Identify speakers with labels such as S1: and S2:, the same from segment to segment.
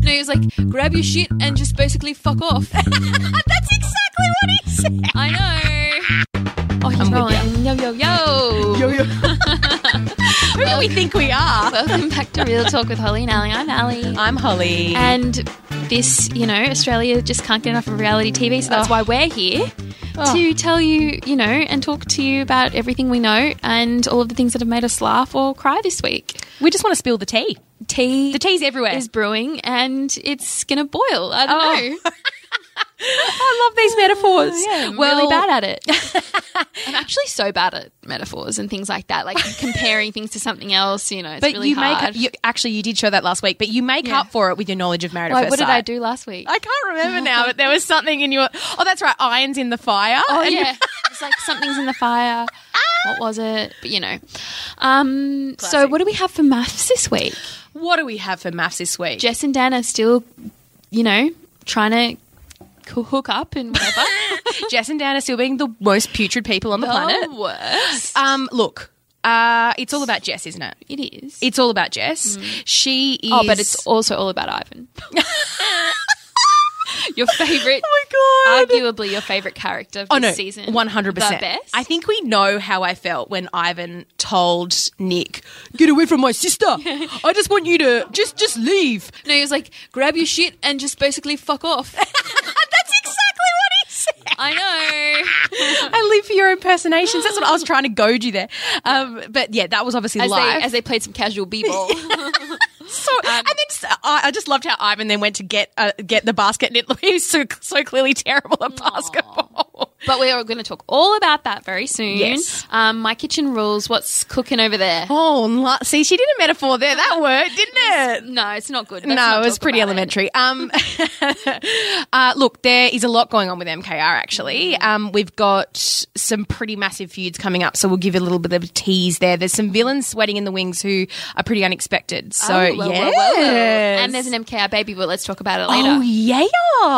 S1: yesterday was like, grab your shit and just basically fuck off.
S2: That's exactly what he said.
S1: I know. Oh, he's
S2: I'm with
S1: rolling. Yo, yo, yo.
S2: Who do we think we are?
S1: Welcome back to Real Talk with Holly and Ali. I'm Ali.
S2: I'm Holly.
S1: And this, you know, Australia just can't get enough of reality TV, so that's why we're here
S2: Oh.
S1: to tell you, you know, and talk to you about everything we know and all of the things that have made us laugh or cry this week.
S2: we just want to spill the tea.
S1: Tea
S2: The tea's everywhere.
S1: is brewing and it's going to boil. I don't know.
S2: I love these metaphors.
S1: Oh, Yeah, I'm
S2: well,
S1: really bad at it. I'm actually so bad at metaphors and things like that, like comparing things to something else. You know, it's
S2: But
S1: really
S2: you
S1: hard.
S2: make you, actually you did show that last week, but you make
S1: Yeah.
S2: up for it with your knowledge of married at
S1: Why-
S2: first
S1: what did I
S2: sight.
S1: do last week?
S2: I can't remember now, but there was something in your. Oh, that's right. Irons in the fire.
S1: Oh
S2: And you-
S1: yeah, Ah! it's like something's in the fire. What was it? But you know. Um, so
S2: Classic.
S1: what do we have for maths this week?
S2: What do we have for maths this week?
S1: Jess and Dan are still, you know, trying to c- hook up and whatever.
S2: Jess and Dan are still being the most putrid people
S1: Oh.
S2: on the planet.
S1: worse.
S2: Um, look, uh, it's all about Jess, isn't it?
S1: It is.
S2: It's all about Jess. She is.
S1: oh, but it's also all about Ivan. Your favorite,
S2: Oh my god!
S1: arguably your favorite character of
S2: Oh
S1: this
S2: no,
S1: season.
S2: one hundred
S1: The
S2: percent.
S1: best.
S2: I think we know how I felt when Ivan told Nick, "Get away from my sister! I just want you to just just leave."
S1: no, he was like, grab your shit and just basically fuck off.
S2: That's exactly what he said.
S1: I know.
S2: I live for your impersonations. That's what I was trying to goad you there. Um, but yeah, that was obviously
S1: As
S2: live.
S1: they, as um, they played some casual b-ball.
S2: So, and then just, I, I just loved how Ivan then went to get uh, get the basket. And it, he was so, so clearly terrible at basketball.
S1: But we are going to talk all about that very soon.
S2: Yes.
S1: Um, my kitchen rules. What's cooking over there?
S2: Oh, la- see, she did a metaphor there. That worked, didn't it?
S1: No, it's not good. Let's
S2: No,
S1: not
S2: it was
S1: talk
S2: pretty
S1: about
S2: elementary. Um, uh, look, there is a lot going on with MKR, actually.
S1: Mm.
S2: Um, we've got some pretty massive feuds coming up, so we'll give you a little bit of a tease there. There's some villains sweating in the wings who are pretty unexpected.
S1: Oh,
S2: So,
S1: well, well,
S2: yes.
S1: well, well. And there's an MKR baby, but let's talk about it
S2: Oh,
S1: later.
S2: yeah.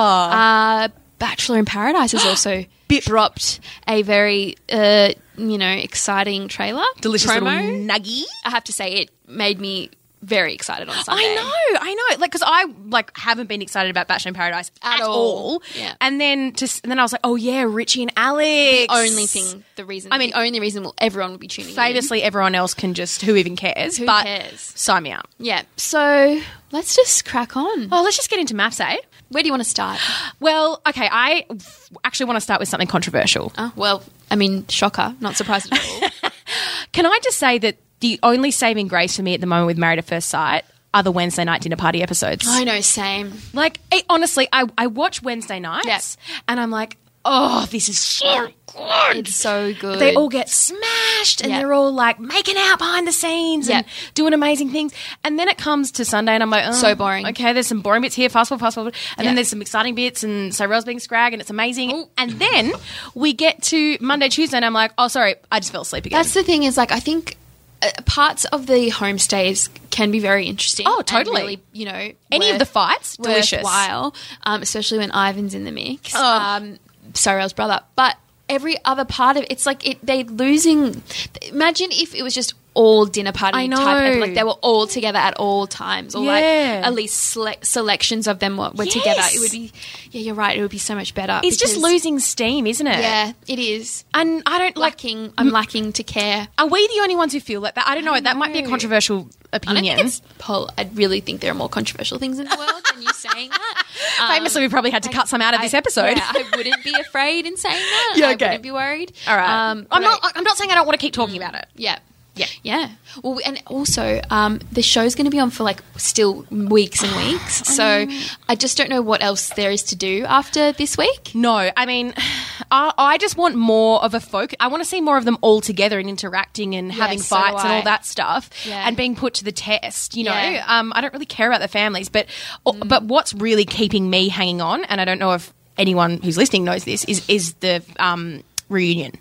S1: Uh, Bachelor in Paradise has also
S2: Bit-
S1: dropped a very, uh, you know, exciting trailer.
S2: Delicious
S1: promo.
S2: little nuggy.
S1: I have to say, it made me very excited on Sunday.
S2: I know, I know. Like, because I like haven't been excited about Bachelor in Paradise
S1: At
S2: at,
S1: all.
S2: all.
S1: Yeah.
S2: And then just and then I was like, oh yeah, Richie and Alex.
S1: Only thing, the reason. I mean, the only reason will everyone will be tuning in.
S2: Famously, everyone else can just who even cares.
S1: Who
S2: but
S1: cares?
S2: Sign me up.
S1: Yeah. So let's just crack on.
S2: Oh, let's just get into maths, eh?
S1: Where do you want to start?
S2: Well, okay. I f- actually want to start with something controversial.
S1: Oh, well, I mean, shocker. Not surprised at all.
S2: Can I just say that the only saving grace for me at the moment with Married at First Sight are the Wednesday night dinner party episodes.
S1: I know, same.
S2: Like, I, honestly, I, I watch Wednesday nights and I'm like, oh, this is so good.
S1: It's so good.
S2: They all get smashed and
S1: Yeah.
S2: they're all like making out behind the scenes and
S1: Yeah.
S2: doing amazing things. And then it comes to Sunday and I'm like, oh,
S1: So boring.
S2: Okay, there's some boring bits here, fast forward, fast forward.
S1: Yeah. Oh.
S2: And then there's some exciting bits and Sorel's being scrag and it's amazing.
S1: Ooh.
S2: And then we get to Monday, Tuesday and I'm like, oh, sorry, I just fell asleep again.
S1: That's the thing is, like, I think uh, parts of the homestays can be very interesting.
S2: Oh,
S1: and
S2: totally.
S1: really, you know,
S2: Any of the fights, delicious. Oh.
S1: While, um, especially when Ivan's in the mix. Um, Sorrel's brother. But every other part of it's like it, they losing. Imagine if it was just all dinner party
S2: I
S1: type, of-
S2: know.
S1: like they were all together at all times, or like
S2: Yeah.
S1: at least sele- selections of them were, were together.
S2: Yes.
S1: It would be, yeah, you're right. It would be so much better.
S2: It's just
S1: because-
S2: losing steam, isn't it?
S1: Yeah, it is.
S2: And I don't like.
S1: Lacking, I'm lacking to care.
S2: Are we the only ones who feel like that? I don't know. That might be a
S1: know.
S2: controversial
S1: I don't
S2: opinion.
S1: think it's Paul. I really think there are more controversial things in the world than you saying that. Um,
S2: Famously, we probably had to cut some out of
S1: I-
S2: this episode.
S1: yeah, I wouldn't be afraid in saying that.
S2: Yeah,
S1: I
S2: okay.
S1: wouldn't be worried. Um,
S2: All right.
S1: but Mm.
S2: I'm not.
S1: I-
S2: I, am not saying I don't want to keep talking about it.
S1: yeah.
S2: Yeah.
S1: Yeah. Well, we- and also, um, the show's going to be on for like still weeks and weeks. So I just don't know what else there is to do after this week.
S2: No, I mean, I, I just want more of a focus. I want to see more of them all together and interacting and having
S1: so do
S2: fights and
S1: I.
S2: all that stuff,
S1: Yeah.
S2: and being put to the test. You know,
S1: Yeah. Mm.
S2: um, I don't really care about their families, but but what's really keeping me hanging on, and I don't know if anyone who's listening knows this, is is the um, reunion.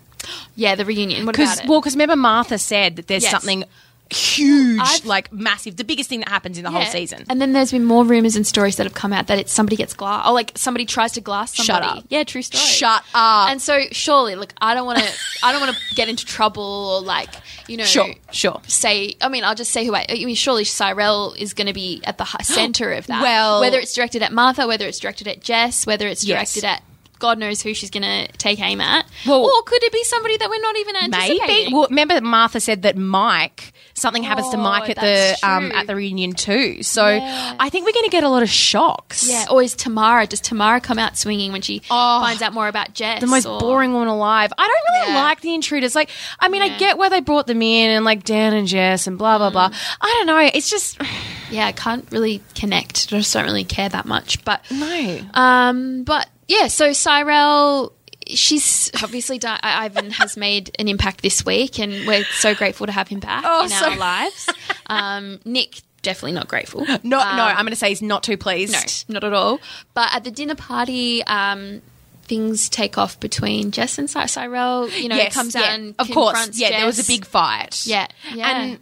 S1: Yeah, the reunion. What about
S2: Because
S1: it?
S2: well, because remember Martha said that there's
S1: Yes.
S2: something huge,
S1: I've-
S2: like massive, the biggest thing that happens in the whole
S1: Yeah.
S2: season.
S1: And then there's been more rumors and stories that have come out that it's somebody gets glass or like somebody tries to glass
S2: Shut
S1: somebody.
S2: up.
S1: Yeah, true story.
S2: Shut up.
S1: And so surely, like I don't want to I don't want to get into trouble or like, you know,
S2: sure, sure.
S1: say I mean, I'll just say who I I mean surely Cyrell is going to be at the hi- center of that.
S2: Well-
S1: whether it's directed at Martha, whether it's directed at Jess, whether it's
S2: Yes.
S1: directed at God knows who she's going to take aim at.
S2: Well-
S1: or could it be somebody that we're not even anticipating?
S2: Maybe. Well, remember that Martha said that Mike something happens to
S1: Oh,
S2: Mike at the
S1: that's
S2: um,
S1: true.
S2: at the reunion too. So
S1: Yes.
S2: I think we're going to get a lot of shocks.
S1: Yeah, or is Tamara? Does Tamara come out swinging when she
S2: Oh,
S1: finds out more about Jess?
S2: the most
S1: or-
S2: boring woman alive. I don't really
S1: Yeah.
S2: like the intruders. Like, I mean, I
S1: Yeah. Mm.
S2: get where they brought them in and like Dan and Jess and blah blah blah. I don't know. It's just
S1: Yeah, I can't really connect. I just don't really care that much. But
S2: no.
S1: Um, but yeah, so Cyrell, she's obviously di- Ivan has made an impact this week, and we're so grateful to have him back
S2: Oh,
S1: in
S2: so-
S1: our lives. Um, Nick definitely not grateful.
S2: No,
S1: Um,
S2: no. I'm going to say he's not too pleased.
S1: no, not at all. But at the dinner party, um, things take off between Jess and Cy- Cyrell. You know,
S2: yes,
S1: comes
S2: yeah,
S1: out and
S2: of course.
S1: confronts
S2: Yeah, there was a
S1: Jess.
S2: big fight.
S1: yeah, yeah.
S2: and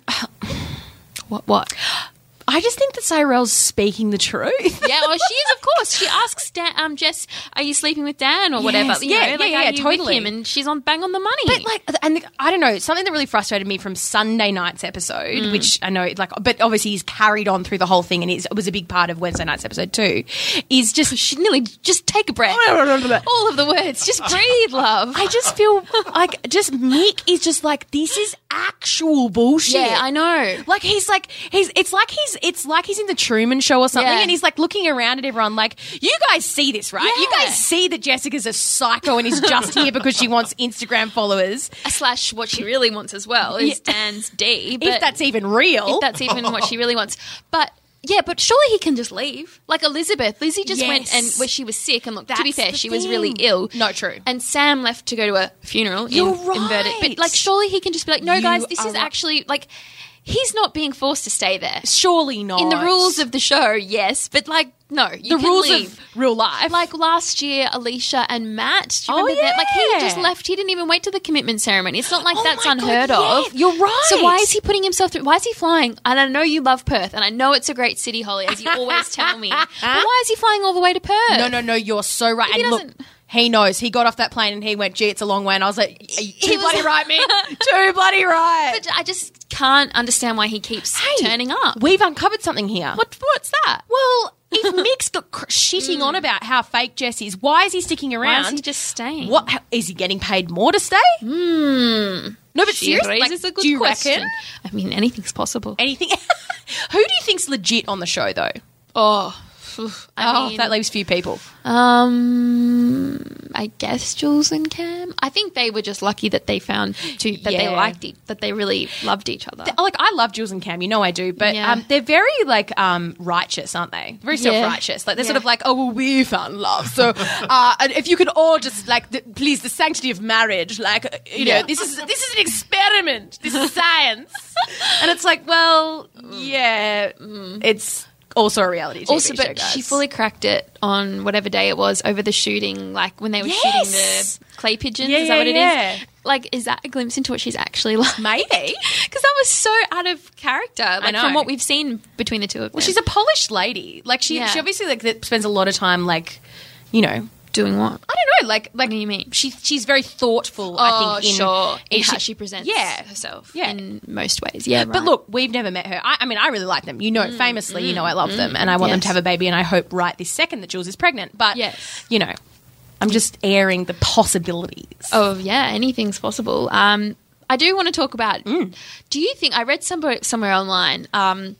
S1: what what?
S2: I just think that Cyrell's speaking the truth.
S1: Yeah, well, she is, of course. She asks Dan, um, Jess, "Are you sleeping with Dan or whatever?"
S2: Yes,
S1: you
S2: yeah,
S1: know,
S2: yeah,
S1: like,
S2: yeah,
S1: are you
S2: totally.
S1: With him? And she's on bang on the money.
S2: But like, and the, I don't know, something that really frustrated me from Sunday night's episode,
S1: Mm.
S2: which I know, like, but obviously he's carried on through the whole thing, and it's, it was a big part of Wednesday night's episode too. Is just
S1: she nearly just take a
S2: Oh,
S1: breath. All of the words, just breathe, love.
S2: I just feel like just Nick is just like this is actual bullshit.
S1: yeah, I know.
S2: Like he's like he's it's like he's it's like he's in the Truman Show or something,
S1: Yeah.
S2: and he's like looking around at everyone like, "You guys see this, right? You
S1: Yeah.
S2: guys see that Jessica's a psycho and is just here because she wants Instagram followers,
S1: Slash, what she really wants as well is Dan's D. But
S2: if that's even real."
S1: if that's even what she really wants, but. Yeah, but surely he can just leave. Like Elizabeth, Lizzie just went and
S2: Yes.
S1: where she was sick, and look, to be
S2: That's
S1: fair,
S2: the
S1: she was really
S2: thing.
S1: ill.
S2: No, true.
S1: And Sam left to go to a funeral. in-
S2: You're
S1: Inverted.
S2: right.
S1: But like, surely he can just be like, no,
S2: You
S1: guys, this
S2: are
S1: is
S2: right.
S1: actually like, he's not being forced to stay there.
S2: surely not
S1: In the rules of the show, yes, but like, no, you
S2: the
S1: can
S2: rules
S1: leave.
S2: of real life.
S1: Like last year, Alicia and Matt. Do you
S2: Oh,
S1: remember that? Like he
S2: yeah.
S1: just left. He didn't even wait to the commitment ceremony. It's not like
S2: Oh
S1: that's
S2: my
S1: unheard
S2: God,
S1: of.
S2: yeah, you're right.
S1: So why is he putting himself through? Why is he flying? And I know you love Perth, and I know it's a great city, Holly, as you always tell me. But why is he flying all the way to Perth?
S2: no, no, no, you're so right.
S1: He
S2: and look,
S1: doesn't-
S2: he knows. He got off that plane and he went, "Gee, it's a long way." And I was like, "Are
S1: He
S2: you "Too
S1: was-
S2: bloody right, man. Too bloody right."
S1: But I just can't understand why he keeps
S2: Hey,
S1: turning up.
S2: We've uncovered something here.
S1: What? What's that?
S2: Well, if Mick's got cr- shitting on about how fake Jess is, why is he sticking
S1: Mm. Why
S2: around?
S1: is he just staying?
S2: What how- is he getting paid more to stay? Mm. No,
S1: Hmm.
S2: but
S1: She
S2: seriously, like,
S1: raises a good
S2: do you
S1: question.
S2: reckon
S1: I mean, anything's possible.
S2: anything? Who do you think's legit on the show though?
S1: Oh, I
S2: oh,
S1: mean,
S2: that leaves few people.
S1: Um, I guess Jules and Cam. I think they were just lucky that they found two that they
S2: Yeah.
S1: liked it, that they really loved each other.
S2: Like I love Jules and Cam, you know I do, but
S1: Yeah.
S2: um, they're very like um, righteous, aren't they? Very
S1: Yeah.
S2: self-righteous. Like they're sort
S1: Yeah.
S2: of like, oh well, we found love, so uh, and if you could all just like the, please the sanctity of marriage, like uh, you
S1: Yeah.
S2: know this is this is an experiment, this is science, and it's like, well, yeah, it's Mm. also a reality. TV
S1: also,
S2: show,
S1: but
S2: guys.
S1: she fully cracked it on whatever day it was over the shooting, like when they were
S2: Yes.
S1: shooting the clay pigeons.
S2: Yeah,
S1: is that
S2: yeah,
S1: what it is?
S2: yeah.
S1: Like, is that a glimpse into what she's actually like?
S2: maybe.
S1: Because that was so out of character, like
S2: know.
S1: from what we've seen between the two of them.
S2: Well, she's a polished lady. Like she,
S1: Yeah.
S2: she obviously like spends a lot of time like, you know,
S1: doing what?
S2: I don't know, like like
S1: do you mean?
S2: She she's very thoughtful. I think in,
S1: Oh, sure. In,
S2: in
S1: how she presents
S2: Yeah,
S1: herself
S2: Yeah.
S1: in most ways. Yeah,
S2: But
S1: right. Mm,
S2: look, we've never met her. I, I mean, I really like them. You know, famously, you know, I love them, and I want them
S1: Yes.
S2: to have a baby, and I hope right this second that Jules is pregnant. But
S1: Yes.
S2: you know, I'm just airing the possibilities.
S1: Oh yeah, anything's possible. Um, I do want to talk about.
S2: Mm.
S1: Do you think I read somewhere somewhere online? Um,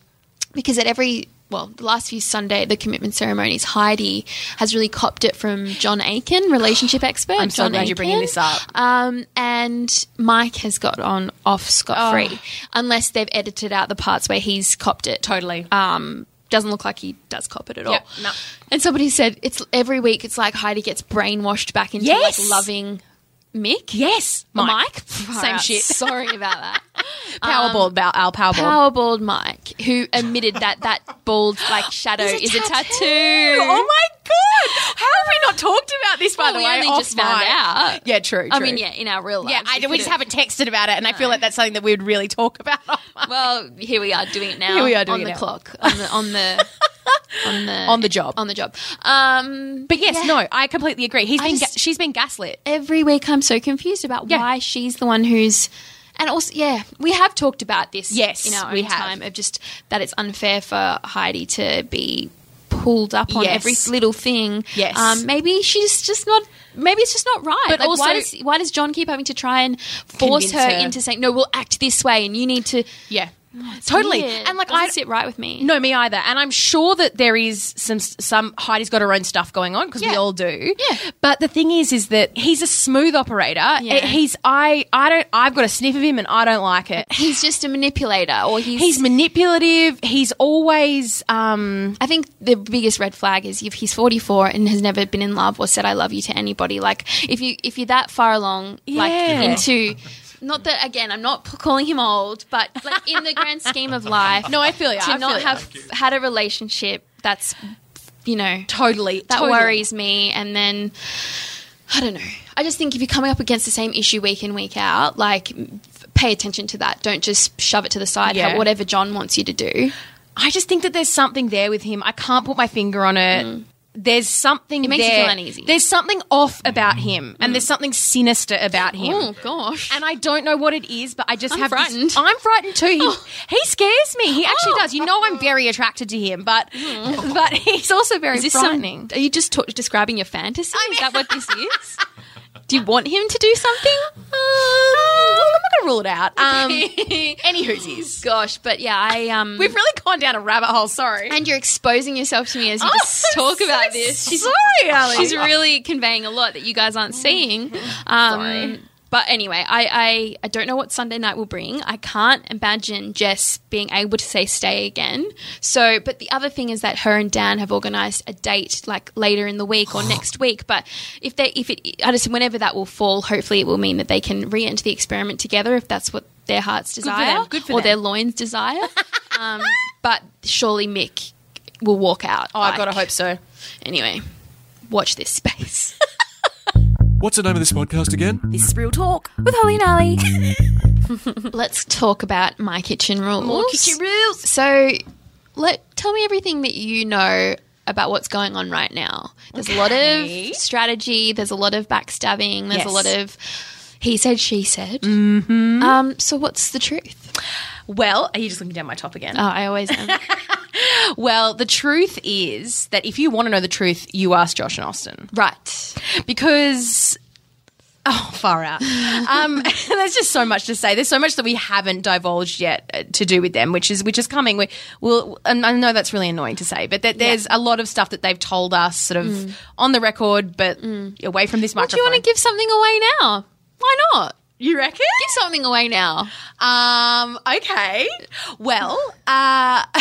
S1: because at every well, the last few Sunday the commitment ceremonies, Heidi has really copped it from John Aiken, relationship expert.
S2: I'm so
S1: John
S2: glad you're bringing
S1: Aiken.
S2: this up.
S1: Um, and Mike has got on off scot free,
S2: Oh.
S1: unless they've edited out the parts where he's copped it.
S2: Totally.
S1: Um, doesn't look like he does cop it at all.
S2: Yep, no.
S1: And somebody said it's every week. It's like Heidi gets brainwashed back into
S2: Yes.
S1: like loving Mick.
S2: yes,
S1: Or
S2: Mike.
S1: Far
S2: Same
S1: out.
S2: shit.
S1: Sorry about that.
S2: Powerball,
S1: Um,
S2: Bal- Al Powerball.
S1: Powerballed Mike, who admitted that that bald like shadow is a tattoo.
S2: Oh my god! How have we not talked about this? By
S1: Well,
S2: the
S1: we
S2: way,
S1: only
S2: Off
S1: just found
S2: mic.
S1: out.
S2: Yeah, true.
S1: I
S2: true.
S1: mean, yeah, Um, in our real life.
S2: yeah. I, we just haven't texted about it, and I feel like that's something that we would really talk about. off mic.
S1: Well, here we are doing it now.
S2: Here we are
S1: on
S2: doing it
S1: the
S2: now.
S1: clock on the on the on the
S2: On the job.
S1: on the job. Um,
S2: But yes, no, I completely agree. He's
S1: I
S2: been
S1: just-
S2: ga- she's been gaslit.
S1: every week I'm so confused about
S2: Yeah.
S1: why she's the one who's and also yeah, we have talked about this
S2: Yes,
S1: in our own
S2: we have.
S1: time of just that it's unfair for Heidi to be pulled up on
S2: Yes.
S1: every little thing.
S2: Yes.
S1: Um, maybe she's just not maybe it's just not right.
S2: But
S1: But like,
S2: also-
S1: why does why does John keep having to try and force
S2: Convince
S1: her,
S2: her.
S1: into saying, No, we'll act this way and you need to
S2: Yeah, totally.
S1: Oh, Weird.
S2: And like
S1: Doesn't
S2: I
S1: sit right with me.
S2: No, me either. And I'm sure that there is some some Heidi's got her own stuff going on because we
S1: Yeah.
S2: all do.
S1: Yeah.
S2: But the thing is, is that he's a smooth operator.
S1: Yeah.
S2: He's I I don't I've got a sniff of him and I don't like it.
S1: He's just a manipulator or he's,
S2: He's manipulative. He's always um
S1: I think the biggest red flag is if he's 44 and has never been in love or said I love you to anybody. Like if you if you're that far along,
S2: Yeah.
S1: like into not that again, I'm not p- calling him old, but like in the grand scheme of life,
S2: No, I feel ya,
S1: To
S2: I
S1: not
S2: feel ya.
S1: have had a relationship that's you know
S2: totally
S1: that
S2: totally.
S1: worries me, and then. I don't know. I just think if you're coming up against the same issue week in week out, like f- pay attention to that. Don't just shove it to the side.
S2: Yeah.
S1: how- Whatever John wants you to do,
S2: I just think that there's something there with him. I can't put my finger on it. There's something
S1: Mm. makes you
S2: there.
S1: feel uneasy. Mm.
S2: There's something off about him, and there's something sinister about him.
S1: Oh gosh.
S2: and I don't know what it is, but I just
S1: I'm
S2: have this-
S1: frightened. Oh.
S2: I'm frightened too. He, he scares me. He actually does. You know, I'm very attracted to him, but
S1: Mm.
S2: but he's also very
S1: Is this
S2: frightening.
S1: some? Are you just ta- describing your fantasy? is that what this is? do you want him to do something?
S2: I'm not going to rule it out. Um,
S1: Any hoosies. Gosh, but yeah, I um.
S2: we've really gone down a rabbit hole. Sorry.
S1: and you're exposing yourself to me as you
S2: Oh,
S1: just
S2: I'm
S1: talk
S2: so
S1: about this. She's
S2: sorry, Ali. Oh,
S1: she's really conveying a lot that you guys aren't seeing. Um,
S2: Sorry.
S1: But anyway, I, I I don't know what Sunday night will bring. I can't imagine Jess being able to say stay again. So, but the other thing is that her and Dan have organised a date like later in the week or next week. But if they if it I just whenever that will fall, hopefully it will mean that they can re-enter the experiment together if that's what their hearts
S2: for
S1: desire
S2: them. Good for
S1: or
S2: them.
S1: their loins desire. um, but surely Mick will walk out.
S2: oh, I gotta hope so.
S1: Anyway, watch this space.
S3: What's the name of this podcast again?
S4: This is Real Talk with Holly and Ali.
S1: Let's talk about my kitchen rules.
S2: rules.
S1: So, let tell me everything that you know about what's going on right now. There's a lot
S2: Okay.
S1: of strategy. There's a lot of backstabbing. There's
S2: Yes.
S1: a lot of he said, she said. Mm-hmm. Um, so, what's the truth?
S2: Well, are you just looking down my top again?
S1: Oh, I always am.
S2: Uh, well, the truth is that if you want to know the truth, you ask Josh and Austin.
S1: right.
S2: because oh far out um, there's just so much to say there's so much that we haven't divulged yet uh, to do with them which is which is coming we will and i know that's really annoying to say but that there's a lot of stuff that they've told us sort of on the record but away from this
S1: Do you
S2: microphone
S1: want to give something away now? Why not?
S2: you reckon
S1: Give something away now.
S2: um okay well uh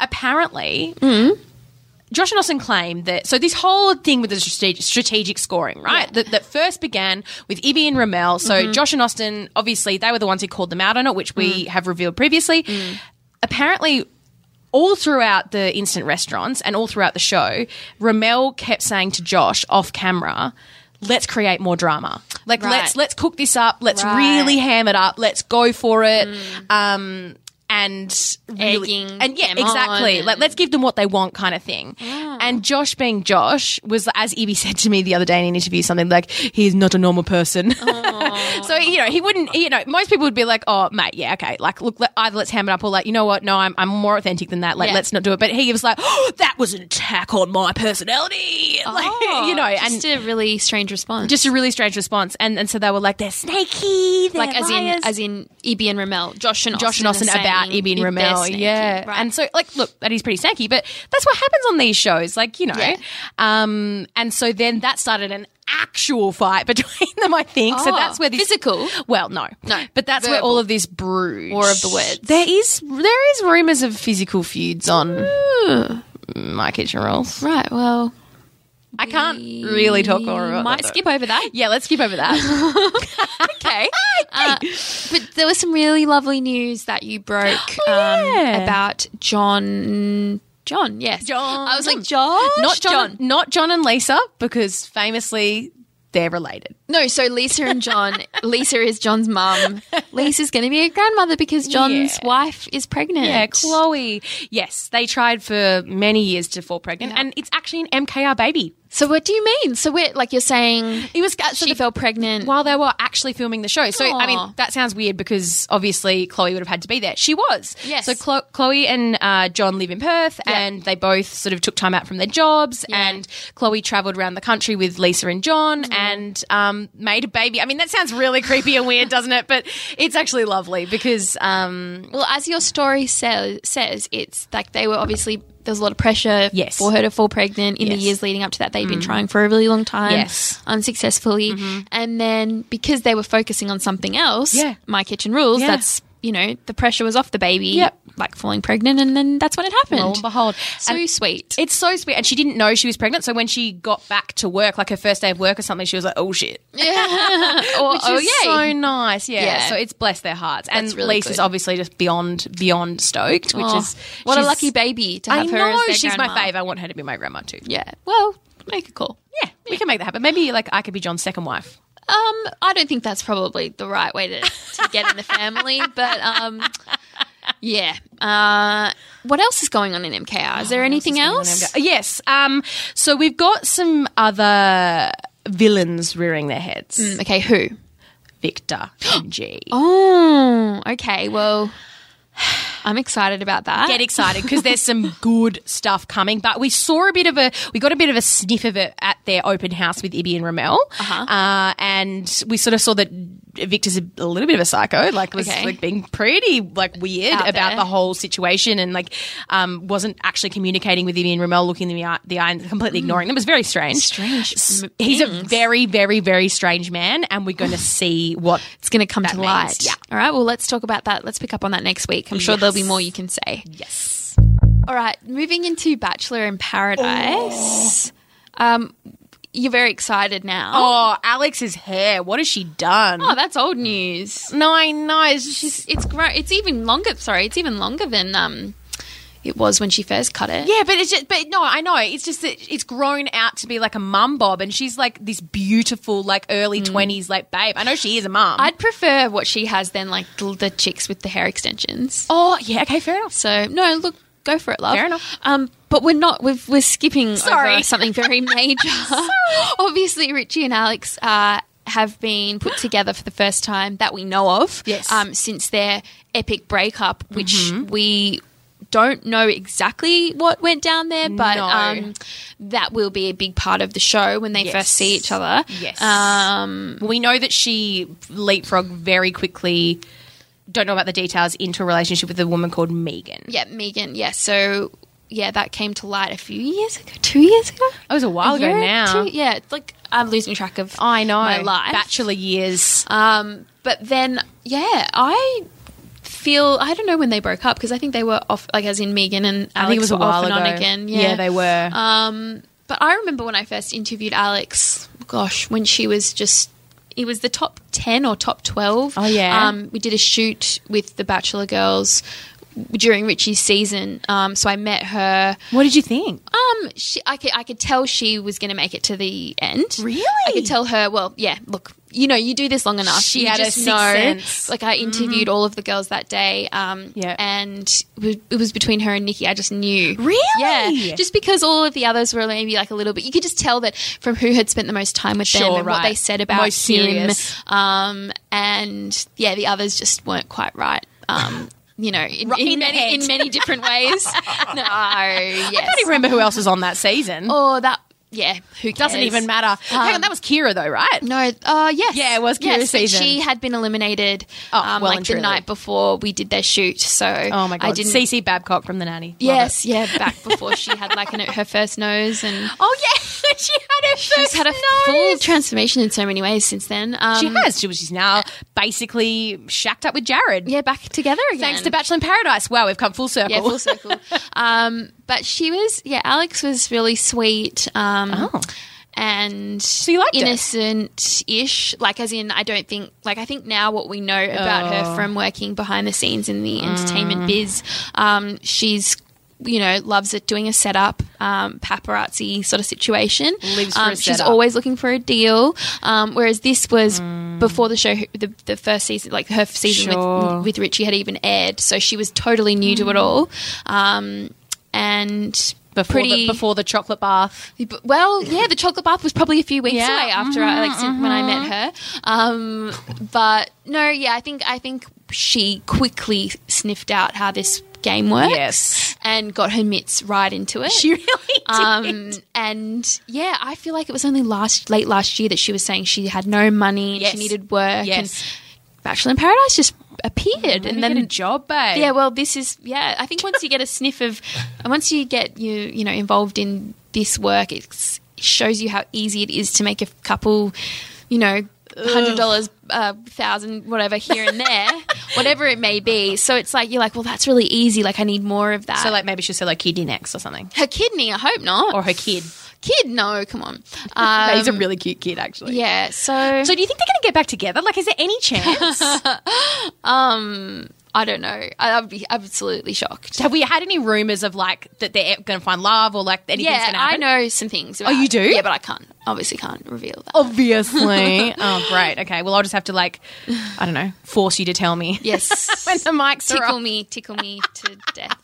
S2: apparently Josh and Austin claim that so this whole thing with the strategic, strategic scoring, right? That, that first began with Ibby and Ramel. So Josh and Austin, obviously, they were the ones who called them out on it, which we have revealed previously. Apparently, all throughout the instant restaurants and all throughout the show, Ramel kept saying to Josh off camera, "Let's create more drama. Like
S1: Right.
S2: let's let's cook this up. Let's
S1: Right. Mm.
S2: really ham it up. Let's go for it." Um, and really,
S1: Egging
S2: and yeah,
S1: them on
S2: exactly.
S1: and-
S2: Like let's give them what they want kind of thing. And Josh being Josh was as Ibby said to me the other day in an interview something like he is not a normal person. so you know, he wouldn't you know, most people would be like, "Oh, mate, yeah, okay. Like look, let, either let's ham it up or like, you know what? No, I'm I'm more authentic than that. Like
S1: Yeah.
S2: let's not do it." But he was like, "Oh, that was an attack on my personality." Like, you know, and
S1: Oh, just a really strange response.
S2: just a really strange response. And and so they were like, "They're snaky." They're
S1: like as
S2: liars."
S1: in as in Ibi and Ramel, Josh and E
S2: Josh and Austin
S1: are
S2: about
S1: saying
S2: Ibby and
S1: if
S2: Ramel.
S1: they're snaky,
S2: yeah.
S1: right.
S2: And so, like, look, that is pretty snacky, but that's what happens on these shows. Like, you know.
S1: Yeah.
S2: Um, and so then that started an actual fight between them, I think. so
S1: Oh,
S2: that's where this
S1: physical?
S2: Well, no.
S1: No,
S2: But that's where
S1: verbal.
S2: all of this brews.
S1: War of the words.
S2: There is there is rumours of physical feuds on my kitchen rolls.
S1: right. Well,
S2: I can't really talk more about
S1: Might
S2: that, though.
S1: skip over that.
S2: Yeah, let's skip over that.
S1: okay. Uh, but there was some really lovely news that you broke um,
S2: yeah.
S1: about John. John, yes.
S2: John.
S1: I was like, John?
S2: not John, not John and Lisa, because famously they're related.
S1: No, so Lisa and John. Lisa is John's mum. Lisa's going to be a grandmother because John's wife is pregnant.
S2: Yeah, Chloe. Yes, they tried for many years to fall pregnant, and it's actually an MKR baby.
S1: So what do you mean? So we're like you're saying
S2: It was uh, so
S1: she
S2: the-
S1: fell pregnant.
S2: while they were actually filming the show. So I
S1: Aw.
S2: mean, that sounds weird because obviously Chloe would have had to be there. She was.
S1: Yes.
S2: So Chlo- Chloe and uh, John live in Perth, and they both sort of took time out from their jobs. And Chloe travelled around the country with Lisa and John, and um, made a baby. I mean, that sounds really creepy and weird, doesn't it? But it's actually lovely because um,
S1: Well, as your story says, says it's like they were obviously there was a lot of pressure
S2: Yes.
S1: for her to fall pregnant in
S2: Yes. Mm.
S1: the years leading up to that. They'd been trying for a really long time,
S2: Yes. Mm-hmm.
S1: unsuccessfully, and then because they were focusing on something else,
S2: Yeah.
S1: my kitchen rules.
S2: Yeah.
S1: That's you know the pressure was off the baby,
S2: Yep.
S1: like falling pregnant, and then that's when it happened.
S2: lo and behold,
S1: so sweet.
S2: It's so sweet. And she didn't know she was pregnant. So when she got back to work, like her first day of work or something, she was like, oh shit.
S1: Or, oh
S2: Which is
S1: yeah,
S2: so nice. Yeah.
S1: Yeah.
S2: So it's blessed their hearts. And
S1: That's really
S2: Lisa's
S1: good.
S2: obviously just beyond beyond stoked, which
S1: Oh,
S2: is
S1: what a
S2: she's-
S1: lucky baby to
S2: I
S1: have her.
S2: know
S1: as their
S2: she's
S1: grandma.
S2: my fave. I want her to be my grandma too.
S1: Yeah. Well, make a call.
S2: Yeah, we can make that happen. Maybe like I could be John's second wife.
S1: Um, I don't think that's probably the right way to, to get in the family, but um, yeah. Uh, what else is going on in MKR?
S2: Oh,
S1: Is there anything else?
S2: Yes. Um. So we've got some other villains rearing their heads.
S1: Mm, Okay, who?
S2: Victor and G.
S1: Oh, okay. Well, I'm excited about that.
S2: get excited because there's some good stuff coming. But we saw a bit of a, we got a bit of a sniff of it at their open house with Ibby and Ramel,
S1: Uh-huh.
S2: uh and we sort of saw that Victor's a, a little bit of a psycho, like was
S1: Okay.
S2: like being pretty like weird
S1: Out
S2: about
S1: there.
S2: the whole situation, and like um, wasn't actually communicating with Ibby and Ramel, looking in the eye, the eye and completely ignoring them. It was very strange.
S1: Mm. Strange
S2: S-
S1: m-
S2: He's a
S1: things.
S2: very, very, very strange man, and we're going to see what
S1: it's going to come to
S2: means,
S1: light.
S2: yeah.
S1: All right. Well, let's talk about that. Let's pick up on that next week. I'm sure there'll be more you can say.
S2: yes.
S1: All right, moving into Bachelor in Paradise. Um, you're very excited now.
S2: Oh, Alex's hair. What has she done?
S1: oh that's old news.
S2: No, I know. It's just,
S1: it's grown. It's even longer. Sorry, it's even longer than um, it was when she first cut it.
S2: yeah, but it's just, but no, I know. It's just that it's grown out to be like a mum bob, and she's like this beautiful, like early twenties, like babe. Hmm. I know she is a mum.
S1: I'd prefer what she has than like the, the chicks with the hair extensions.
S2: oh yeah, okay, fair enough.
S1: So no, look, go for it, love.
S2: Fair enough.
S1: Um, but we're not. We've, we're skipping
S2: Sorry.
S1: over something very major. Obviously, Richie and Alex uh, have been put together for the first time that we know of.
S2: Yes. Mm-hmm.
S1: Um, since their epic breakup, which we don't know exactly what went down there, but
S2: No.
S1: um, that will be a big part of the show when they
S2: Yes.
S1: first see each other.
S2: Yes.
S1: Um,
S2: We know that she leapfrogged very quickly. Don't know about the details into a relationship with a woman called Megan.
S1: yeah, Megan. Yeah. So. Yeah, that came to light a few years ago, two years ago.
S2: That was a while
S1: A
S2: ago
S1: year,
S2: now.
S1: two- yeah, it's like I'm losing track of
S2: I know. Uh,
S1: my life.
S2: Bachelor years.
S1: Um, but then, yeah, I feel I don't know when they broke up because I think they were off, like as in Megan and Alex
S2: I think it was a
S1: were off and
S2: while ago.
S1: on again. Yeah,
S2: they were.
S1: Um, but I remember when I first interviewed Alex. Gosh, when she was just. It was the top 10 or top 12.
S2: Oh, yeah.
S1: Um, we did a shoot with the Bachelor Girls during Richie's season. Um, so I met her.
S2: what did you think?
S1: Um, she, I could I could tell she was going to make it to the end.
S2: Really?
S1: I could tell her. Well, yeah. Look, you know, you do this long enough.
S2: She
S1: you
S2: had a
S1: just
S2: sixth
S1: know.
S2: sense. Mm-hmm.
S1: Like I interviewed all of the girls that day. Um,
S2: Yeah.
S1: And we- it was between her and Nikki. I just knew.
S2: Really?
S1: Yeah. Just because all of the others were maybe like a little bit. You could just tell that from who had spent the most time with them
S2: Sure,
S1: and what
S2: right.
S1: they said about
S2: Most
S1: him.
S2: serious.
S1: Um, and yeah, the others just weren't quite right. Um. You know, in,
S2: Right
S1: in
S2: in the
S1: many
S2: head.
S1: in many different ways. no, yes.
S2: I don't even remember who else was on that season.
S1: Oh, that yeah. Who cares?
S2: Doesn't even matter. Hang on, that was Kira though, right?
S1: No. Uh, yes.
S2: Yeah, it was Kira's
S1: yes, but
S2: season.
S1: She had been eliminated.
S2: Oh,
S1: um,
S2: well
S1: like
S2: and
S1: the
S2: truly.
S1: night before we did their shoot. So
S2: Oh my god,
S1: I didn't.
S2: CC Babcock from the nanny. Love
S1: yes.
S2: it.
S1: Yeah. Back before she had like an, her first nose and.
S2: Oh yeah, she she had her
S1: She's
S2: first
S1: had a full
S2: nose.
S1: transformation in so many ways since then. Um,
S2: she has. She was. She's now basically shacked up with Jared.
S1: Yeah, back together again.
S2: Thanks to Bachelor in Paradise. Wow, we've come full circle.
S1: Yeah, full circle. um, but she was, yeah, Alex was really sweet. Um,
S2: Oh.
S1: And
S2: you liked her?
S1: innocent ish. Like, as in, I don't think, like, I think now what we know about
S2: Oh.
S1: her from working behind the scenes in
S2: Mm.
S1: the entertainment biz, um, she's, you know, loves it doing a setup, um, paparazzi sort of situation.
S2: Lives for
S1: um,
S2: a
S1: She's
S2: setup.
S1: always looking for a deal. Um, whereas this was
S2: Hmm.
S1: before the show, the, the first season, like her season
S2: Sure. Hmm.
S1: with, with Richie had even aired. So she was totally new to it all. Um, and
S2: before
S1: pretty.
S2: the, before the chocolate bath.
S1: b- well, yeah, the chocolate bath was probably a few weeks
S2: Yeah, Mm-hmm,
S1: away after I, like, since when I met her. Um, but no, yeah, I think I think she quickly sniffed out how this game works
S2: Yes.
S1: and got her mitts right into it.
S2: She really did.
S1: Um, and yeah, I feel like it was only last late last year that she was saying she had no money and
S2: Yes.
S1: she needed work.
S2: Yes.
S1: And Bachelor in Paradise just appeared, and
S2: then a
S1: then
S2: job, babe.
S1: yeah, well, this is yeah. I think once you get a sniff of, and once you get you you know involved in this work, it's, it shows you how easy it is to make a couple, you know. Hundred dollars, uh, thousand, whatever, here and there, whatever it may be. So it's like you're like, well, that's really easy. Like I need more of that.
S2: So like maybe she'll sell her kidney next or something,
S1: her kidney, I hope not.
S2: or her kid.
S1: kid, no, come on. Um,
S2: He's a really cute kid, actually.
S1: yeah, so,
S2: So do you think they're going to get back together? Like, is there any chance?
S1: I don't know. I, I'd be absolutely shocked.
S2: Have we had any rumors of like that they're going to find love or like anything's
S1: Yeah,
S2: going to
S1: I
S2: happen? Oh,
S1: know some things. About,
S2: you do?
S1: Yeah, but I can't. Obviously, can't reveal that.
S2: Obviously. oh, great. Okay. Well, I'll just have to like, I don't know, force you to tell me.
S1: Yes.
S2: when the mics are
S1: tickle
S2: off.
S1: me, tickle me to death.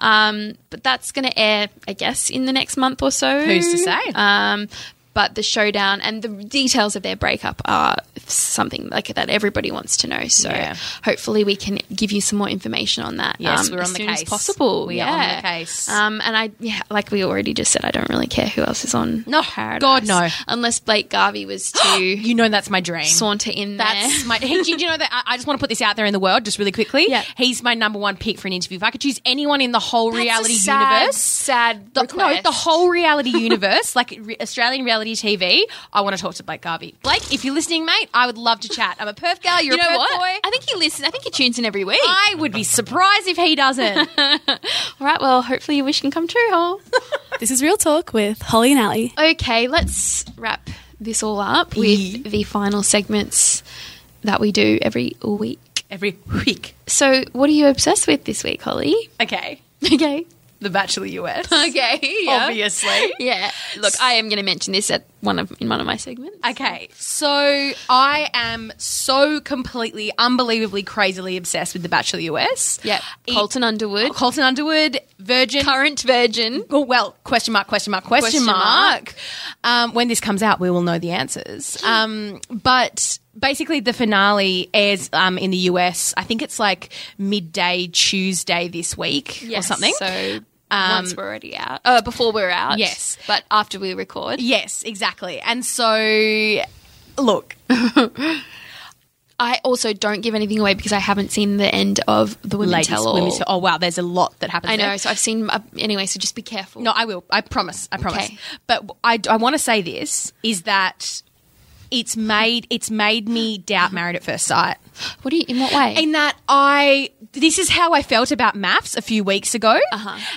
S1: No. Um, but that's going to air, I guess, in the next month or so.
S2: Who's to say?
S1: Um, but the showdown and the details of their breakup are something like that everybody wants to know. So
S2: Yeah.
S1: hopefully we can give you some more information on that. um,
S2: Yes, we're
S1: as
S2: on the
S1: soon as
S2: case.
S1: possible.
S2: We are
S1: yeah.
S2: on the case.
S1: Um, and I, yeah, like we already just said, I don't really care who else is on.
S2: No,
S1: Paradise,
S2: God, no.
S1: Unless Blake Garvey was to
S2: You know that's my dream.
S1: saunter in there.
S2: That's my. Hey, do you know that? I, I just want to put this out there in the world, just really quickly.
S1: Yeah.
S2: He's my number one pick for an interview. If I could choose anyone in the whole
S1: That's a
S2: reality
S1: sad,
S2: universe,
S1: Sad.
S2: the, no,
S1: request.
S2: the whole reality universe, like re- Australian reality TV, I want to talk to Blake Garvey. Blake, if you're listening, mate, I would love to chat. I'm a Perth girl. You're
S1: You
S2: a
S1: know
S2: Perth
S1: what?
S2: boy.
S1: I think he listens. I think he tunes in every week.
S2: I would be surprised if he doesn't.
S1: All right. Well, hopefully your wish can come true, Hol.
S4: This is Real Talk with Holly and Ally.
S1: okay, let's wrap this all up with the final segments that we do every week.
S2: Every week.
S1: So, what are you obsessed with this week, Holly?
S2: Okay.
S1: Okay.
S2: The Bachelor US.
S1: Okay.
S2: Obviously.
S1: Yeah. Look, I am going to mention this at one of in one of my segments.
S2: Okay, so I am so completely, unbelievably, crazily obsessed with The Bachelor US.
S1: Yep.
S2: It-
S1: Colton Underwood,
S2: Colton Underwood, Virgin.
S1: current virgin.
S2: Oh, well, question mark, question mark, question,
S1: Question
S2: mark. Um, when this comes out, we will know the answers.
S1: Hmm.
S2: Um, but basically, the finale airs um, in the US. I think it's like midday Tuesday this week or something.
S1: So. Once we're already out, uh, before we're out,
S2: Yes.
S1: but after we record,
S2: yes, exactly. And so, look,
S1: I also don't give anything away because I haven't seen the end of the women
S2: ladies,
S1: tell all.
S2: women, oh, wow, there's a lot that happens
S1: I know,
S2: there.
S1: so I've seen. Uh, anyway, so just be careful.
S2: No, I will. I promise. I promise.
S1: Okay.
S2: But I, want to say this is that it's made it's made me doubt married at first sight.
S1: What do you? In what way?
S2: In that I this is how I felt about maths a few weeks ago,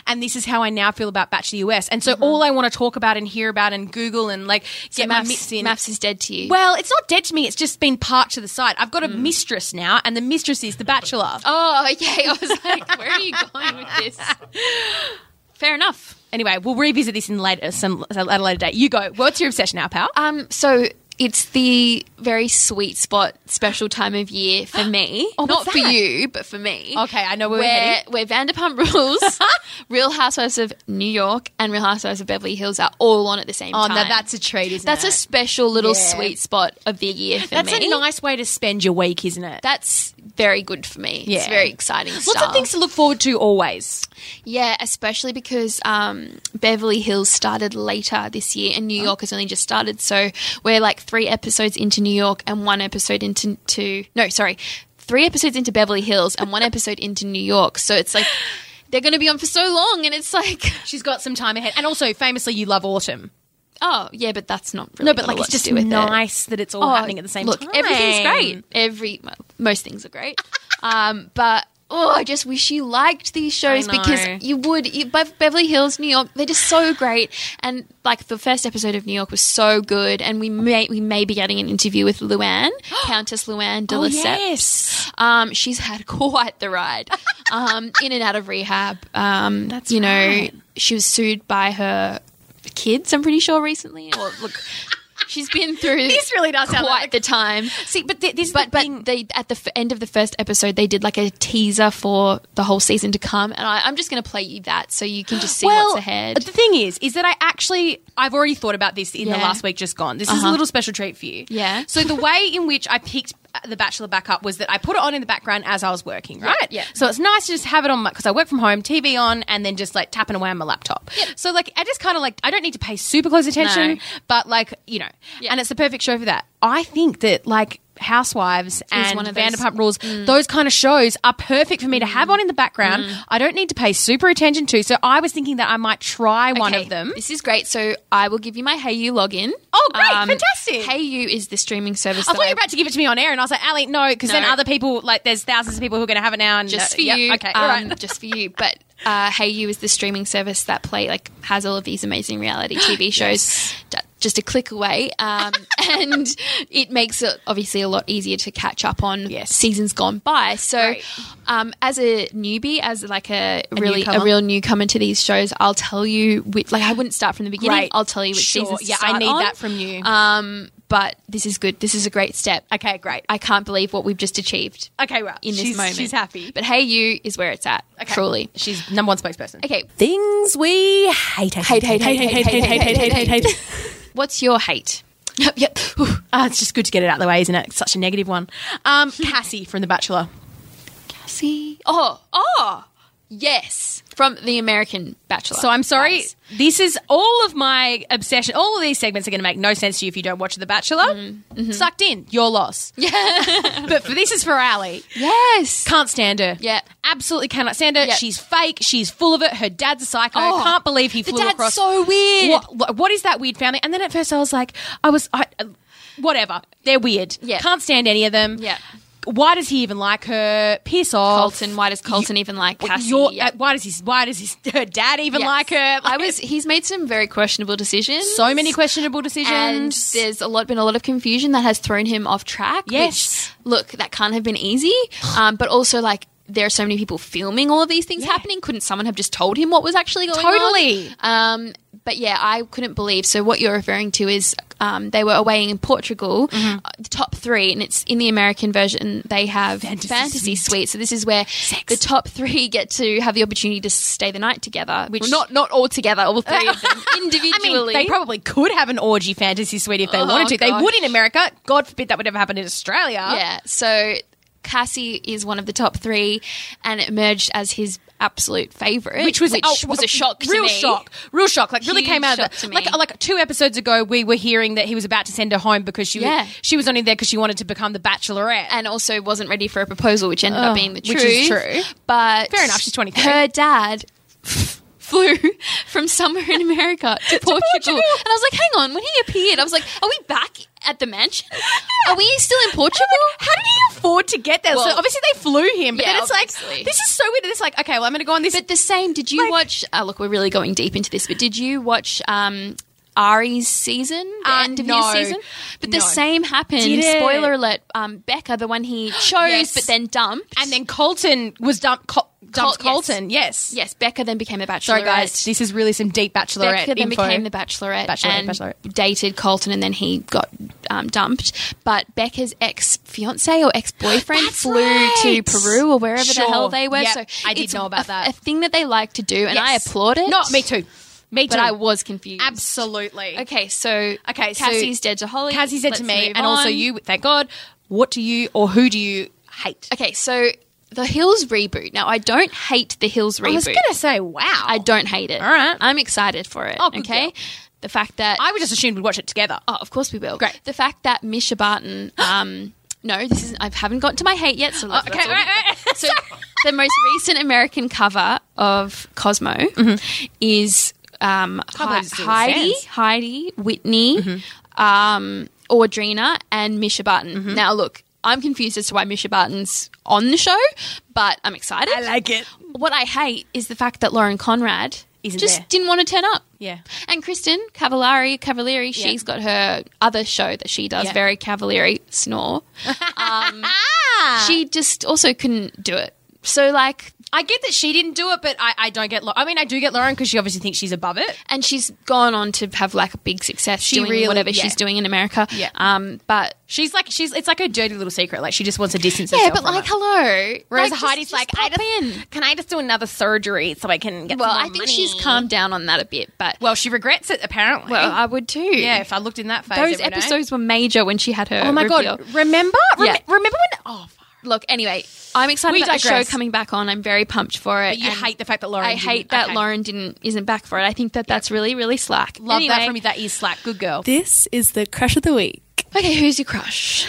S2: and this is how I now feel about Bachelor US. And so all I want to talk about and hear about and Google and like get my mitts
S1: maths,
S2: in.
S1: maths is dead to you.
S2: well, it's not dead to me. It's just been parked to the side. I've got a mistress now, and the mistress is the Bachelor.
S1: oh, okay. I was like, where are you going with this? Fair enough.
S2: Anyway, we'll revisit this in later some at a later date. You go. What's your obsession now, pal?
S1: Um, so it's the very sweet spot special time of year for me.
S2: Oh,
S1: Not
S2: what's
S1: for
S2: that?
S1: you, but for me.
S2: Okay, I know where we're
S1: where,
S2: heading.
S1: where Vanderpump Rules, Real Housewives of New York, and Real Housewives of Beverly Hills are all on at the same
S2: Oh,
S1: time.
S2: no, that's a treat, isn't
S1: That's
S2: it?
S1: a special little
S2: Yeah.
S1: sweet spot of the year for
S2: That's
S1: me.
S2: a nice way to spend your week, isn't it?
S1: That's very good for me. It's
S2: Yeah.
S1: very exciting stuff.
S2: Lots of things to look forward to always.
S1: Yeah, especially because um, Beverly Hills started later this year and New York has only just started. So we're like three episodes into New York and one episode into to, no, sorry, three episodes into Beverly Hills and one episode into New York. So it's like they're going to be on for so long, and it's like
S2: She's got some time ahead. And also, famously, you love autumn.
S1: Oh, yeah, but that's not really
S2: No, but
S1: got a
S2: like
S1: lot
S2: it's just
S1: to do with it.
S2: nice that it's all
S1: Oh,
S2: happening at the same
S1: look,
S2: time.
S1: everything's great. Every well, most things are great. um, but oh, I just wish you liked these shows
S2: I know.
S1: because you would. You, Bev- Beverly Hills, New York, they're just so great. And like the first episode of New York was so good. And we may we may be getting an interview with Luann, Countess Luann de
S2: Oh,
S1: Lesseps.
S2: yes.
S1: Um, she's had quite the ride. Um, in and out of rehab. Um,
S2: That's
S1: you know,
S2: right.
S1: she was sued by her kids. I'm pretty sure recently. Or look, she's been through
S2: This really does
S1: quite
S2: sound like
S1: the time.
S2: See, but th- this is
S1: But
S2: the
S1: but
S2: thing.
S1: they at the f- end of the first episode they did like a teaser for the whole season to come, and I, I'm just going to play you that so you can just see what's ahead.
S2: The thing is, is that I actually I've already thought about this in the
S1: Yeah.
S2: last week just gone. This is a
S1: Uh-huh.
S2: little special treat for you.
S1: Yeah.
S2: So the way in which I picked uh, the Bachelor back up was that I put it on in the background as I was working, right?
S1: yeah.
S2: So it's nice to just have it on because I work from home, TV on, and then just like tapping away on my laptop. So like I just kind of like I don't need to pay super close attention,
S1: No.
S2: but like you know, and it's the perfect show for that. I think that like. Housewives and
S1: one of those-
S2: Vanderpump Rules,
S1: Mm.
S2: those kind of shows are perfect for me to have on in the background. I don't need to pay super attention to. So I was thinking that I might try one
S1: Okay,
S2: of them.
S1: This is great. So I will give you my Hey You login. Um,
S2: Oh, great. Fantastic.
S1: Hey You is the streaming service.
S2: I
S1: that
S2: thought you were about to give it to me on air, and I was like, Ali, no, because then
S1: No.
S2: other people, like, there's thousands of people who are going to have it now, and
S1: just
S2: uh,
S1: for
S2: yeah,
S1: you.
S2: Okay, all
S1: um,
S2: right.
S1: just for you. But uh, Hey You is the streaming service that play like has all of these amazing reality TV shows d- just a click away, um, and it makes it obviously a lot easier to catch up on
S2: Yes.
S1: seasons gone by. So,
S2: Right.
S1: um, as a newbie, as like a really a
S2: newcomer.
S1: real newcomer to these shows, I'll tell you. Which, like I wouldn't start from the beginning.
S2: Great.
S1: I'll tell you which
S2: Sure.
S1: seasons. to
S2: Yeah, I
S1: start
S2: need
S1: on.
S2: that from you.
S1: Um, but this is good. This is a great step.
S2: okay, great.
S1: I can't believe what we've just achieved
S2: okay, well,
S1: in this
S2: she's,
S1: moment.
S2: she's happy.
S1: But Hey You is where it's at,
S2: okay.
S1: truly.
S2: she's number one spokesperson.
S1: Okay,
S5: Things we hate.
S1: hate, hate, hate,
S4: Hate, hate, hate, hate, hate, hate, hate, hate.
S1: What's your hate? Yep, yep. Ooh.
S2: Uh, it's just good to get it out of the way, isn't it? It's such a negative one. Um, Cassie from The Bachelor.
S1: See? Oh, oh, yes. From The American Bachelor.
S2: So I'm sorry.
S1: Guys.
S2: This is all of my obsession. All of these segments are going to make no sense to you if you don't watch The Bachelor.
S1: Mm-hmm.
S2: Sucked in, your loss. Yeah. but for, this is for Ali.
S1: Yes.
S2: Can't stand her.
S1: Yeah.
S2: Absolutely cannot stand her.
S1: Yeah.
S2: She's fake. She's full of it. Her dad's a psycho.
S1: Oh.
S2: can't believe he
S1: The
S2: flew
S1: dad's
S2: across.
S1: so weird.
S2: What, what is that weird family? And then at first I was like, I was, I, uh, whatever. They're weird.
S1: Yeah.
S2: Can't stand any of them.
S1: Yeah.
S2: Why does he even like her? Piss off.
S1: Colton, why does Colton even like Cassie?
S2: Your,
S1: Yeah.
S2: uh, why does his why does his her dad even
S1: Yes.
S2: like her?
S1: I was. He's made some very questionable decisions.
S2: so many questionable decisions.
S1: and there's a lot been a lot of confusion that has thrown him off track.
S2: Yes.
S1: which, look, that can't have been easy. Um, but also like. There are so many people filming all of these things
S2: Yeah.
S1: happening. Couldn't someone have just told him what was actually going on?
S2: Totally.
S1: Um, but yeah, I couldn't believe. So what you're referring to is um, they were away in Portugal,
S2: Mm-hmm.
S1: uh, the top three, and it's in the American version they have fantasy, suite. So this is where the top three get to have the opportunity to stay the night together. Which not not all together, all three of them
S2: I
S1: individually. Oh,
S2: mean, they probably could have an orgy fantasy suite if they wanted to. They
S1: gosh.
S2: would in America. God forbid that would ever happen in Australia.
S1: Yeah. So Cassie is one of the top three, and it emerged as his absolute favorite,
S2: which was oh,
S1: was a shock. to
S2: real
S1: me.
S2: shock, real shock. Like really
S1: Huge
S2: came out of
S1: shock
S2: the,
S1: to me.
S2: like like two episodes ago, we were hearing that he was about to send her home because she
S1: Yeah.
S2: she was only there because she wanted to become the Bachelorette.
S1: And also wasn't ready for a proposal, which ended up being the
S2: which
S1: truth.
S2: is true.
S1: But
S2: Fair enough, she's 23.
S1: Her dad flew from somewhere in America to, Portugal.
S2: Portugal.
S1: And I was like, hang on, when he appeared, I was like, are we back at the mansion? Are we still in Portugal?
S2: how did he afford to get there? so
S1: Well-
S2: obviously they flew him, but
S1: Yeah,
S2: then it's
S1: obviously.
S2: like this is so weird. It's like okay, well I'm going to go on this.
S1: But the same, did you
S2: Like-
S1: watch? Uh, look, we're really going deep into this, but did you watch um, Ari's season, the
S2: Uh,
S1: end of
S2: no.
S1: his season? But the
S2: No.
S1: same happened.
S2: Did it?
S1: Spoiler alert: um, Becca, the one he chose,
S2: Yes.
S1: but then dumped,
S2: and then Colton was dumped. Col-
S1: Col- yes.
S2: dumped Colton, yes.
S1: yes, Becca then became a bachelorette.
S2: Sorry guys, this is really some deep Bachelorette
S1: Becca then
S2: info.
S1: became the bachelorette,
S2: Bachelorette,
S1: and
S2: Bachelorette.
S1: dated Colton, and then he got um, dumped. But Becca's ex fiance or ex boyfriend
S2: That's
S1: flew to
S2: right.
S1: Peru or wherever
S2: Sure.
S1: the hell they were.
S2: Yep,
S1: So
S2: I did
S1: it's
S2: know about
S1: a,
S2: that.
S1: A thing that they like to do, and I
S2: Yes.
S1: applaud it.
S2: No, me too. Me too.
S1: But I was confused.
S2: absolutely
S1: Okay, so
S2: Okay, so-
S1: Cassie's dead to Holly.
S2: Cassie said
S1: Let's
S2: to me,
S1: move
S2: and also
S1: on.
S2: you, thank God, what do you or who do you hate?
S1: Okay, so the Hills reboot. Now I don't hate the Hills reboot.
S2: I was going to say, wow.
S1: I don't hate it.
S2: All right.
S1: I'm excited for it.
S2: Oh, good
S1: okay.
S2: girl.
S1: The fact that
S2: I would just assume we'd watch it together.
S1: oh, of course we will.
S2: Great.
S1: The fact that Misha Barton. Um, no, this is I haven't gotten to my hate yet. So let's,
S2: Oh, okay,
S1: let's all-
S2: right, right.
S1: so the most recent American cover of Cosmo is um, Hi-
S2: believe it still
S1: Heidi,
S2: stands.
S1: Heidi, Whitney, um, Audrina, and Misha Barton. Now, look, I'm confused as to why Misha Barton's on the show, but I'm excited.
S2: I like it.
S1: What I hate is the fact that Lauren Conrad
S2: Isn't
S1: just
S2: there.
S1: didn't want to turn up.
S2: Yeah.
S1: And Kristen Cavallari, Cavallari, she's got her other show that she does,
S2: Yeah.
S1: very Cavallari snore. Um,
S2: Ah.
S1: she just also couldn't do it. So like,
S2: I get that she didn't do it, but I, I don't get. Lau- I mean, I do get Lauren because she obviously thinks she's above it.
S1: and she's gone on to have like a big success. She doing
S2: really-
S1: whatever
S2: yeah.
S1: she's doing in America.
S2: Yeah.
S1: Um, but
S2: She's like she's. It's like a dirty little secret. Like she just wants to distance
S1: yeah,
S2: herself.
S1: but
S2: from
S1: like,
S2: it.
S1: hello. Like,
S2: Whereas
S1: just-
S2: Heidi's
S1: just
S2: like, I
S1: pop
S2: just
S1: in.
S2: can I just do another surgery so I can get.
S1: Well,
S2: some more
S1: I think
S2: money?
S1: she's calmed down on that a bit, but
S2: Well, she regrets it apparently.
S1: well, I would too.
S2: yeah, if I looked in that phase,
S1: Those
S2: every day.
S1: episodes were major when she had her.
S2: Oh my
S1: reveal.
S2: god! Remember? Rem-
S1: Yeah.
S2: Remember when? Oh, fuck.
S1: Look, anyway, I'm excited
S2: We
S1: about the
S2: digress.
S1: show coming back on. I'm very pumped for it.
S2: But you
S1: and
S2: hate the fact that Lauren.
S1: I hate
S2: didn't-
S1: that
S2: okay.
S1: Lauren didn't isn't back for it. I think that that's really really slack.
S2: Love that
S1: Anyway.
S2: from you. That is slack. Good girl.
S4: This is the crush of the week.
S1: Okay, who's your crush?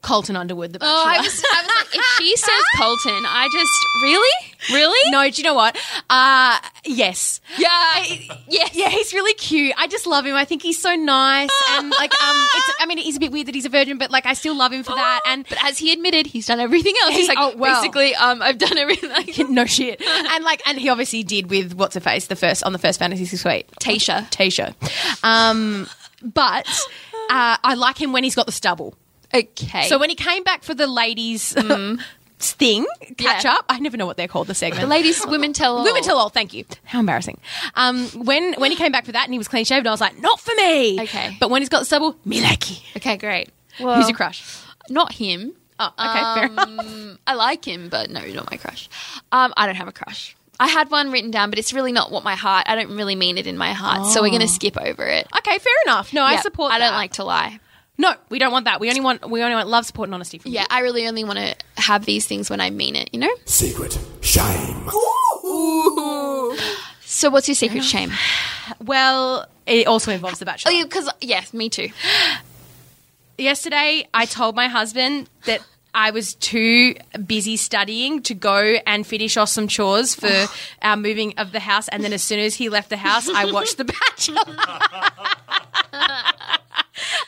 S2: Colton Underwood. The
S1: Oh, I
S2: Bachelor.
S1: was, I was like, if she says Colton, I just really, really,
S2: No, do you know what? Uh yes.
S1: yeah, yeah,
S2: Yeah, he's really cute. I just love him. I think he's so nice and like um it's I mean it is a bit weird that he's a virgin, but like I still love him for that and
S1: But as he admitted, he's done everything else. He's
S2: He-
S1: like,
S2: oh, well.
S1: basically, um, I've done everything. Like,
S2: no shit. And like and he obviously did with what's her face, the first on the first fantasy suite.
S1: Tasha.
S2: Tasha. Um but uh, I like him when he's got the stubble.
S1: okay.
S2: So when he came back for the ladies thing, catch
S1: Mm-hmm. Yeah.
S2: up, I never know what they're called, the segment.
S1: the ladies, women tell all.
S2: Women till all. Thank you. How embarrassing. Um, when when he came back for that and he was clean shaved, I was like, not for me.
S1: Okay.
S2: But when he's got the stubble, me lucky.
S1: Okay, great.
S2: Who's your crush?
S1: Not him.
S2: Oh, okay, fair
S1: um,
S2: enough.
S1: I like him, but no, not my crush. Um, I don't have a crush. I had one written down, but it's really not what my heart. I don't really mean it in my heart, so we're going to skip over it.
S2: Okay, fair enough. No, I
S1: Yep,
S2: support.
S1: I don't
S2: that.
S1: like to lie.
S2: No, we don't want that. We only want we only want love, support, and honesty from
S1: Yeah, I really only want to have these things when I mean it. You know.
S6: Secret shame.
S1: So, what's your secret shame?
S2: you. Well, it also involves the
S1: Oh,
S2: bachelor.
S1: yeah, because yes, me too.
S2: Yesterday, I told my husband that. I was too busy studying to go and finish off some chores for our moving of the house. And then, as soon as he left the house, I watched The Bachelor.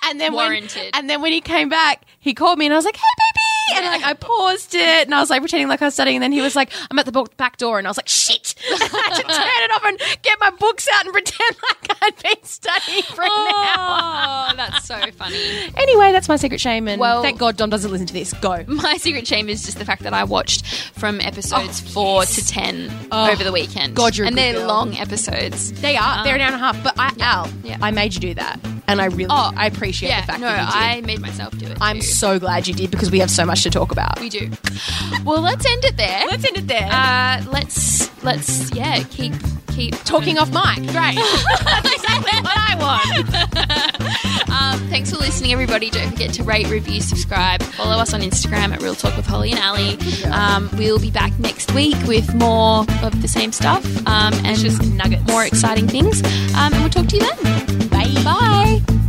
S2: And then When,
S1: Warranted.
S2: and then when he came back, he called me and I was like, "Hey, baby!" And like I paused it and I was like pretending like I was studying. And then he was like, "I'm at the bo- back door," and I was like, "Shit!" I had to turn it off and get my books out and pretend like I'd been studying for an hour.
S1: Oh, that's so funny.
S2: Anyway, that's my secret shame. And
S1: Well-
S2: thank God Don doesn't listen to this. Go.
S1: My secret shame is just the fact that I watched from episodes four to ten over the weekend.
S2: God, you're a
S1: and
S2: good
S1: they're
S2: girl.
S1: long episodes.
S2: They are. they're an hour and a half. But I, Al,
S1: Yeah.
S2: I made you do that, and I really,
S1: Oh,
S2: I appreciate
S1: Yeah,
S2: the fact
S1: no,
S2: that you did.
S1: I made myself do it.
S2: I'm
S1: too.
S2: so glad you did because we have so much to talk about.
S1: we do. well, let's end it there.
S2: Let's end it there.
S1: Uh, let's let's yeah keep keep
S2: Talking off mic. Great.
S1: That's exactly what I want. um, thanks for listening, everybody. Don't forget to rate, review, subscribe, follow us on Instagram at Real Talk with Holly and Ali. Um, we'll be back next week with more of the same stuff um, and
S2: Delicious nuggets.
S1: more exciting things. Um, and we'll talk to you then.
S2: Bye. Bye.